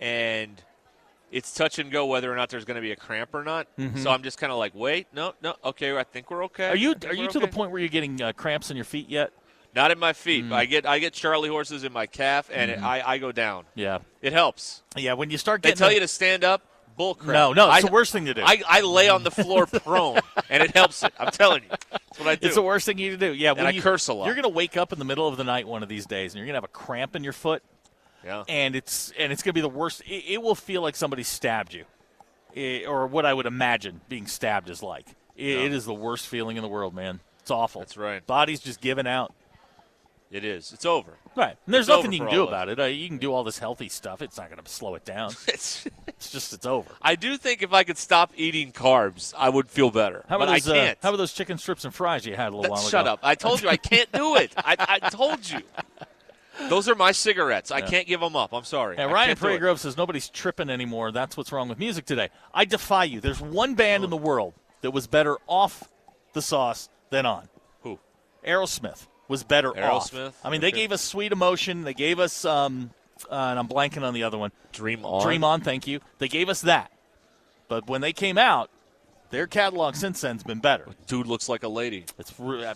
and it's touch and go whether or not there's going to be a cramp or not. So I'm just kind of like, wait, no, no, okay, I think we're okay.
Mm-hmm. are
I
you
think
are you
we're
to the
okay."
point Mm. where you're getting uh, cramps in your feet yet?
Not in my feet. I get I get Charlie horses in my calf, and it, I I go down.
Yeah,
It helps.
yeah. When you start
They
Mm-hmm. getting,
tell
the-
you to stand up. Bull crap.
no, no,
I,
it's the worst thing to do.
I, I lay on the floor prone, and it helps it. I'm telling you, that's what I do.
it's the worst thing you to do. Yeah, when
I
you,
curse a lot.
You're gonna wake up in the middle of the night one of these days, and you're gonna have a cramp in your foot.
yeah.
and it's and it's gonna be the worst. It, it will feel like somebody stabbed you, I- or what I would imagine being stabbed is like. I- it is the worst feeling in the world, man. It's awful.
That's right.
Body's just giving out.
It is. It's over.
Right. And there's
It's
nothing
over
you
for
can
all
do
of us.
about it. Uh, you can do all this healthy stuff. It's not going to slow it down. it's, just it's over.
I do think if I could stop eating carbs, I would feel better.
How
but
about those,
I
uh,
can't.
how about those chicken strips and fries you had a little
That-
while ago?
shut up. I told you I can't do it. I, I told you. Those are my cigarettes. I
Yeah.
can't give them up. I'm sorry.
Yeah,
I
Ryan
can't do it.
Pregrove says nobody's tripping anymore. That's what's wrong with music today. I defy you. There's one band
Oh.
in the world that was better off the sauce than on.
Who?
Aerosmith was better
Aerosmith?
off. I mean, they
Okay.
gave us Sweet Emotion. They gave us, um, uh, and I'm blanking on the other one.
Dream On?
Dream On, thank you. They gave us that. But when they came out, their catalog since then's been better.
Dude looks like a lady.
It's re- uh,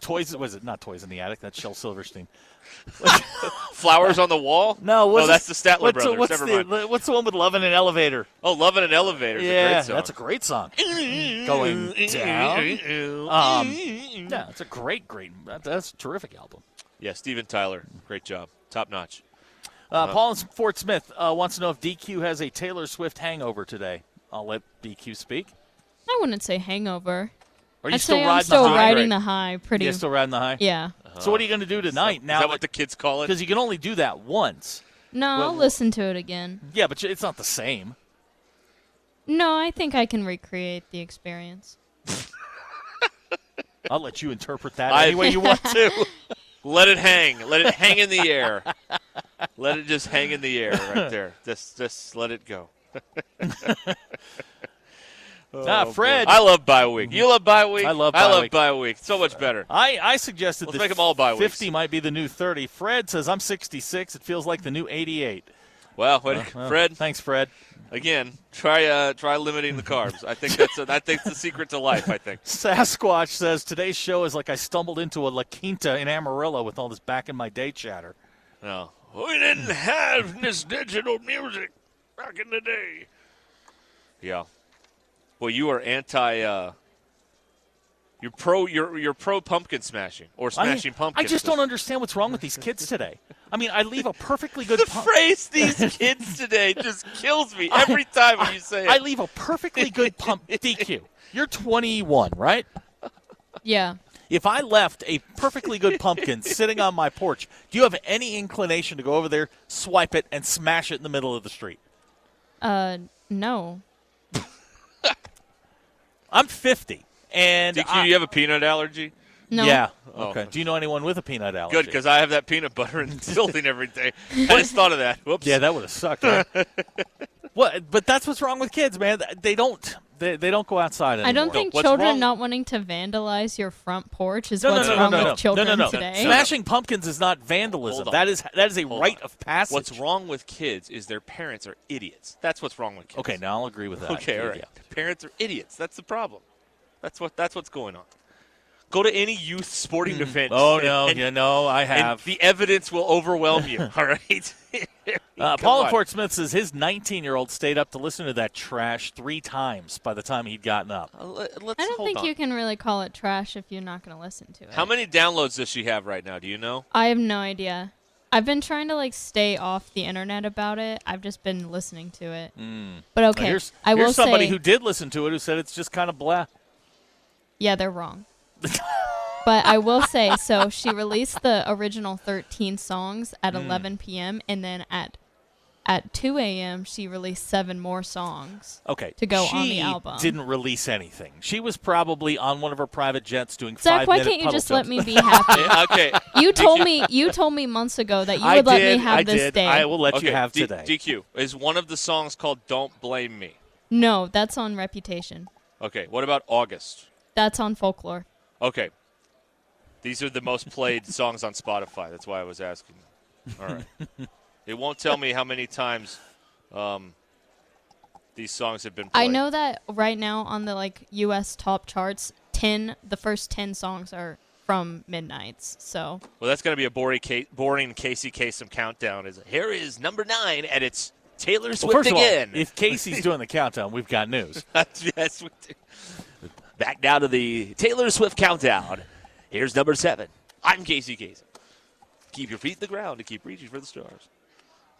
toys. Was it not toys in the attic? That's Shel Silverstein.
Flowers on the wall?
No, what's
oh, that's the
this-
Statler
what's,
brothers.
What's
Never
the,
mind.
What's the one with love in an elevator?
Oh, Love in an Elevator is
yeah,
a great song.
that's a great song. Going down. Um, yeah, it's a great, great. That, that's a terrific album.
Yeah, Steven Tyler. Great job. Top notch.
Uh, Paul and Fort Smith uh, wants to know if DQ has a Taylor Swift hangover today. I'll let DQ speak.
I wouldn't say hangover.
Are you
I'd
still
say I'm
riding the
still
high?
riding
Right.
the high. Pretty.
You still riding the high?
Yeah.
So what are you going to do tonight?
Is
now
that what the kids call it?
Because you can only do that once.
No,
Well,
I'll listen to it again.
Yeah, but it's not the same.
No, I think I can recreate the experience.
I'll let you interpret that
I-
any way you want to.
Let it hang. Let it hang in the air. Let it just hang in the air right there. Just, just let it go.
Ah,
Oh, boy.
Fred.
I love bye week. You love bye week.
Mm-hmm. I love
I
bye
love
week.
bye week. So much better.
I, I suggested
Let's
that
make 'em all bye weeks.
50 might be the new 30. Fred says, I'm 66. It feels like the new 88.
Well, what,
Well,
Fred.
Thanks, Fred.
Again, try uh, try limiting the carbs. I think that's a, I think the secret to life. I think.
Sasquatch says, today's show is like I stumbled into a La Quinta in Amarillo with all this back in my day chatter.
No, we didn't have this digital music back in the day. Yeah. Well, you are anti. Uh, you're pro. You're you're pro pumpkin smashing or
I-
smashing
I
pumpkins.
just don't understand what's wrong with these kids today. I mean, I leave a perfectly good
The
pump-
phrase "these kids today" just kills me every time when you say it.
I leave a perfectly good pump DQ. You're 21, right?
Yeah.
If I left a perfectly good pumpkin sitting on my porch, do you have any inclination to go over there, swipe it, and smash it in the middle of the street?
Uh, no.
I'm 50, and
DQ,
I-
you have a peanut allergy?
No.
yeah,
Oh.
okay. Do you know anyone with a peanut allergy?
Good, because I have that peanut butter and tilting every day. I just thought of that. Whoops.
yeah, that would have sucked. Right? what? But that's what's wrong with kids, man. They don't they, they don't go outside anymore.
I don't think
what's
children
wrong-
not wanting to vandalize your front porch is
No,
what's
no, no,
wrong
no, no,
with
no.
children
no, no, no.
today.
Smashing pumpkins is not vandalism.
Hold on.
That is that is a
Hold
rite
on.
of passage.
What's wrong with kids is their parents are idiots. That's what's wrong with kids.
Okay, now I'll agree with that.
Okay, all right.
Yeah.
Parents are idiots. That's the problem. That's what. That's what's going on. Go to any youth sporting event.
Oh
and-
no,
and-
you know I
and
have.
the evidence will overwhelm you. All right.
Uh,
Come
Paul
on.
Fort Smith says his 19-year-old stayed up to listen to that trash three times by the time he'd gotten up.
Uh, let- Let's
I don't
hold
think
on.
you can really call it trash if you're not going to listen to it.
How many downloads does she have right now? Do you know?
I have no idea. I've been trying to like stay off the internet about it. I've just been listening to it. But
Mm. Now,
okay,
here's
I will
here's somebody
say,
who did listen to it who said it's just kind of blah.
yeah, they're wrong. but I will say, so she released the original 13 songs at
Mm.
11 p.m. and then at at 2 a.m. she released seven more songs.
Okay,
To go
she
on the album.
didn't release anything. She was probably on one of her private jets doing
Zach,
five
why
minute
can't you
puddle
just
jumps.
let me be happy?
Yeah, okay.
you told me you told me months ago that you would
I
let
did,
me have
I
this
did.
day.
I will let
okay.
you have
D-
today.
DQ is one of the songs called "Don't Blame Me."
No, that's on Reputation.
Okay. What about August?
That's on Folklore.
Okay. These are the most played songs on Spotify. That's why I was asking. All right. it won't tell me how many times um, these songs have been played.
I know that right now on the like U.S. top charts, ten the first ten songs are from Midnight's. So
Well, that's going to be a boring, Ca- boring Casey Kasem countdown. Is here is number nine, and it's Taylor Swift
Well, first
again.
of all, if Casey's doing the countdown, we've got news.
yes, we do. Back now to the Taylor Swift countdown. Here's number seven. I'm Casey Kasem. Keep your feet to the ground and keep reaching for the stars.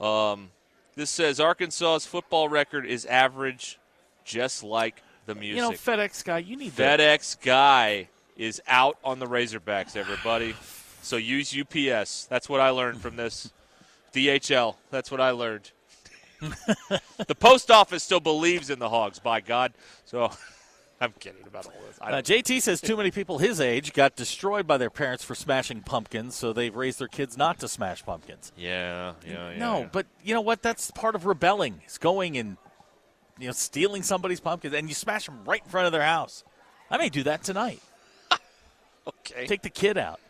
Um, this says Arkansas's football record is average, just like the music.
You know, FedEx guy, you need to
FedEx guy is out on the Razorbacks. Everybody, So use UPS. That's what I learned from this. DHL. That's what I learned. the post office still believes in the Hogs, by God. So I'm kidding about all this. I
Uh,
don't-
JT says too many people his age got destroyed by their parents for smashing pumpkins, so they've raised their kids not to smash pumpkins.
yeah, yeah, yeah.
no,
yeah.
but you know what? That's part of rebelling. It's going and you know stealing somebody's pumpkins, and you smash them right in front of their house. I may do that tonight.
okay.
Take the kid out.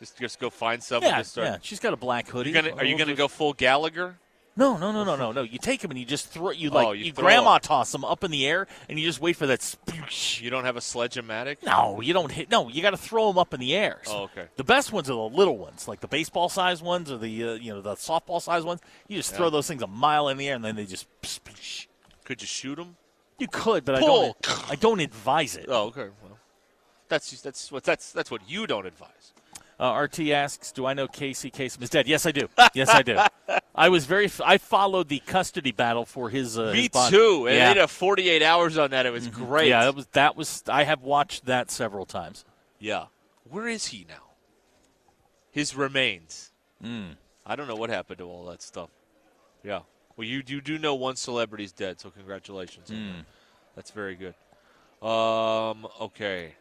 just just go find someone
yeah,
to start.
yeah. She's got a black hoodie.
You gonna, are you
We'll
going to
just-
go full Gallagher?
No, no, no, no, no, no. You take them and you just throw. You
Oh,
like
you
you,
throw
grandma
'em.
toss them up in the air, and you just wait for that. Sploosh.
You don't have a sledge-o-matic?
No, you don't hit. No, you got to throw them up in the air.
Oh, okay.
The best ones are the little ones, like the baseball size ones or the uh, you know the softball size ones. You just
Yeah.
throw those things a mile in the air, and then they just. Sploosh.
Could you shoot them?
You could, but
Pull.
I don't. I don't advise it.
Oh, okay. Well, that's just, that's what that's that's what you don't advise.
Uh, RT asks, "Do I know Casey Kasem is dead?" Yes, I do. Yes, I do. I was very. F- I followed the custody battle for his. Uh,
Me
his bond-
too. And
Yeah. Mm-hmm.
they had a 48 hours on that. It was great.
Yeah, that was that was. I have watched that several times.
Yeah. Where is he now? His remains.
Mm.
I don't know what happened to all that stuff. Yeah. Well, you, you do know one celebrity's dead, so congratulations. on
Mm.
that. That's very good. Um. Okay.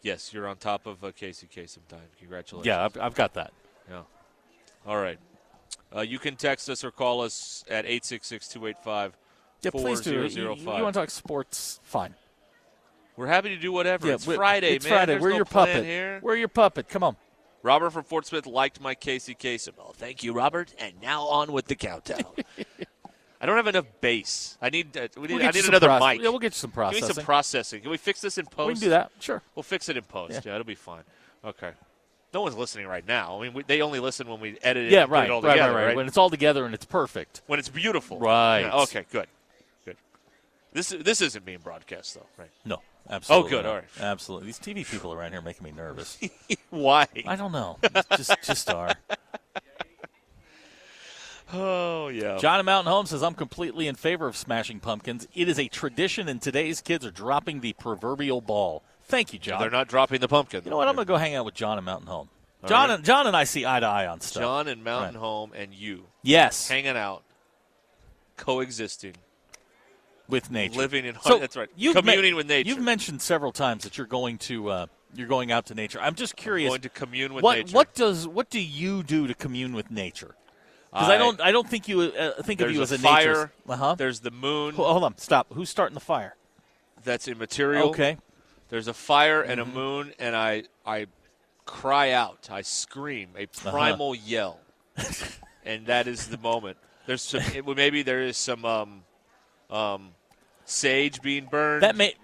Yes, you're on top of uh, Casey Kasem time. Congratulations.
Yeah, I've, I've got that.
Yeah. All right. Uh, you can text us or call us at 866 285
Yeah, please do. You,
4005.
want to talk sports? Fine.
We're happy to do whatever.
yeah,
it's
we-
Friday,
It's
man.
Friday.
There's
We're
no
your
plan
puppet.
Here.
We're your puppet. Come on.
Robert from Fort Smith liked my Casey Kasem. Well, thank you, Robert. And now on with the countdown. I don't have enough bass. I need. Uh, we need
We'll
I
get you
need
some
another
proce-
mic.
Yeah, we'll get you some
Give me
processing.
some processing. Can we fix this in post?
we can do that. Sure.
We'll fix it in post. Yeah, it'll be fine. Okay. No one's listening right now. I mean, we, they only listen when we edit it.
Yeah.
and put
Right.
it all
right.
together,
right.
right.
Right. When it's all together and it's perfect.
When it's beautiful.
Right.
Yeah, okay. Good. Good. This this isn't being broadcast though, right?
No. Absolutely.
good,
not.
all right.
Absolutely. These TV people around here are making me nervous.
Why?
I don't know. Just, just are.
Oh yeah.
John at Mountain Home says, I'm completely in favor of smashing pumpkins. It is a tradition, and today's kids are dropping the proverbial ball. Thank you, John.
They're not dropping the pumpkin.
You know what? I'm going to go hang out with John at Mountain Home.
All
John,
right.
and, John and I see eye to eye on stuff.
John and Mountain
Right.
Home and you
Yes,
hanging out, coexisting.
with nature,
living in har-
so
that's right.
You've
Communing with nature.
You've mentioned several times that you're going to uh, you're going out to nature. I'm just curious.
Going to commune with
what
nature.
what does what do you do to commune with nature? Because I, don't I don't think you uh, think of
There's
you
a
as a
fire.
Uh huh.
There's the moon.
Hold on, stop. Who's starting the fire?
That's immaterial.
Okay. Mm-hmm.
There's a fire and a moon, and I I cry out. I scream a
Uh-huh.
primal yell, and that is the moment. There's some. It, well, maybe there is some um, um, sage being burned.
That may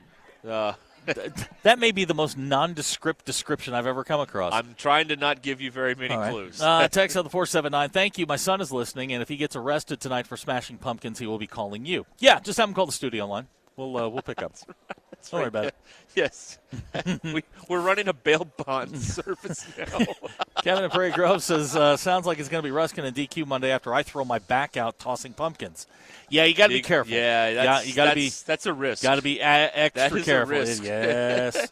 Uh,
that may be the most nondescript description I've ever come across.
I'm trying to not give you very many
All right.
clues.
Uh, text on the 479. Thank you. My son is listening, and if he gets arrested tonight for smashing pumpkins, he will be calling you. Yeah, just have him call the studio line. We'll uh, we'll pick up. Don't worry about it.
yes, we, we're running a bail bond service now.
Kevin in Prairie Grove says, uh, sounds like it's going to be Ruskin and DQ Monday after I throw my back out tossing pumpkins. Yeah, you got to be
You-
careful.
Yeah,
You
that's,
got- you got to be
that's- That's a risk.
got to be a- extra
That is a
careful.
risk.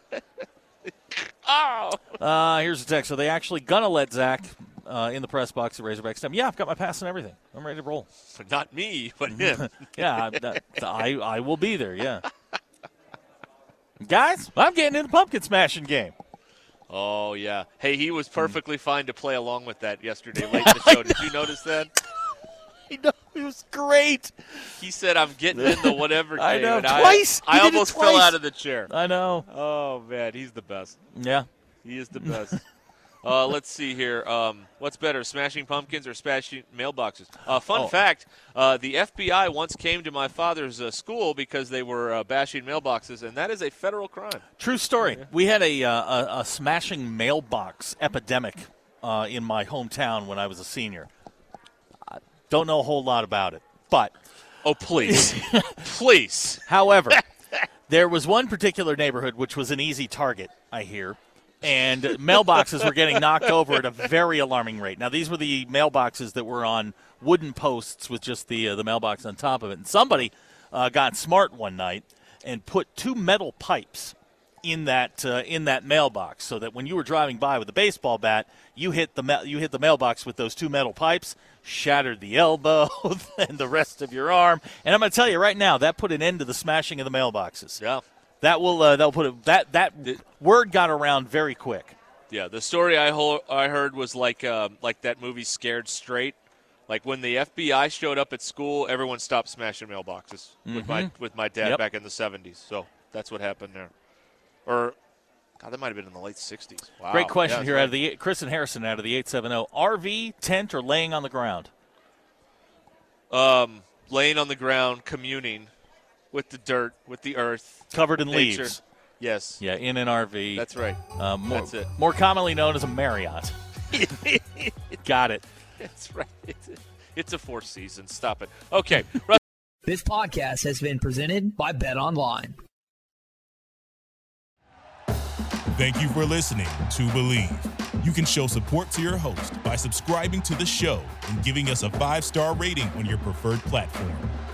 Yes. oh. Uh, here's the text. Are they actually gonna let Zach uh, in the press box at Razorback Stem? Yeah, I've got my pass and everything. I'm ready to roll.
not me,
Mm.
but him.
yeah, I, that- I I will be there. Yeah, guys, I'm getting in the pumpkin smashing game.
oh yeah. Hey, he
Mm.
was perfectly fine to play along with that yesterday late in the show. Did you notice that?
I know it was great.
He said, "I'm getting in the whatever."
I
game,"
know,
and
twice.
I, I
He did it
almost fell
twice.
out of the chair.
I know.
Oh man, he's the best.
Yeah,
He is the best. Uh, let's see here. Um, what's better, smashing pumpkins or smashing mailboxes? Uh, fun
Oh.
fact: uh, the FBI once came to my father's uh, school because they were uh, bashing mailboxes, and that is a federal crime.
true story. We had a uh, a, a smashing mailbox epidemic uh, in my hometown when I was a senior. I don't know a whole lot about it, but
Oh please, please.
However, there was one particular neighborhood which was an easy target, I hear, and mailboxes were getting knocked over at a very alarming rate. Now, these were the mailboxes that were on wooden posts with just the uh, the mailbox on top of it, and somebody uh, got smart one night and put two metal pipes in that uh, in that mailbox, so that when you were driving by with a baseball bat, you hit the ma- you hit the mailbox with those two metal pipes, shattered the elbow and the rest of your arm. And I'm going to tell you right now, that put an end to the smashing of the mailboxes.
Yeah,
that will uh, that'll put a, that that word got around very quick.
Yeah, the story I ho- I heard was like um, like that movie Scared Straight. Like when the FBI showed up at school, everyone stopped smashing mailboxes with my
Mhm.
with my dad
Yep.
back in the '70s. So that's what happened there. Or God, that might have been in the late '60s. Wow.
Great question
Yeah,
here
that's
out of the Chris and Harrison out of the 870. RV, tent, or laying on the ground?
right. um, laying on the ground, communing with the dirt, with the earth,
Covered in
nature.
leaves.
Yes.
Yeah, in an RV.
That's right.
Uh, more,
That's it.
More commonly known as a Marriott. Got it.
That's right. It's a, it's a four season. Stop it. Okay.
This podcast has been presented by Bet Online.
Thank you for listening to Believe. You can show support to your host by subscribing to the show and giving us a five star rating on your preferred platform.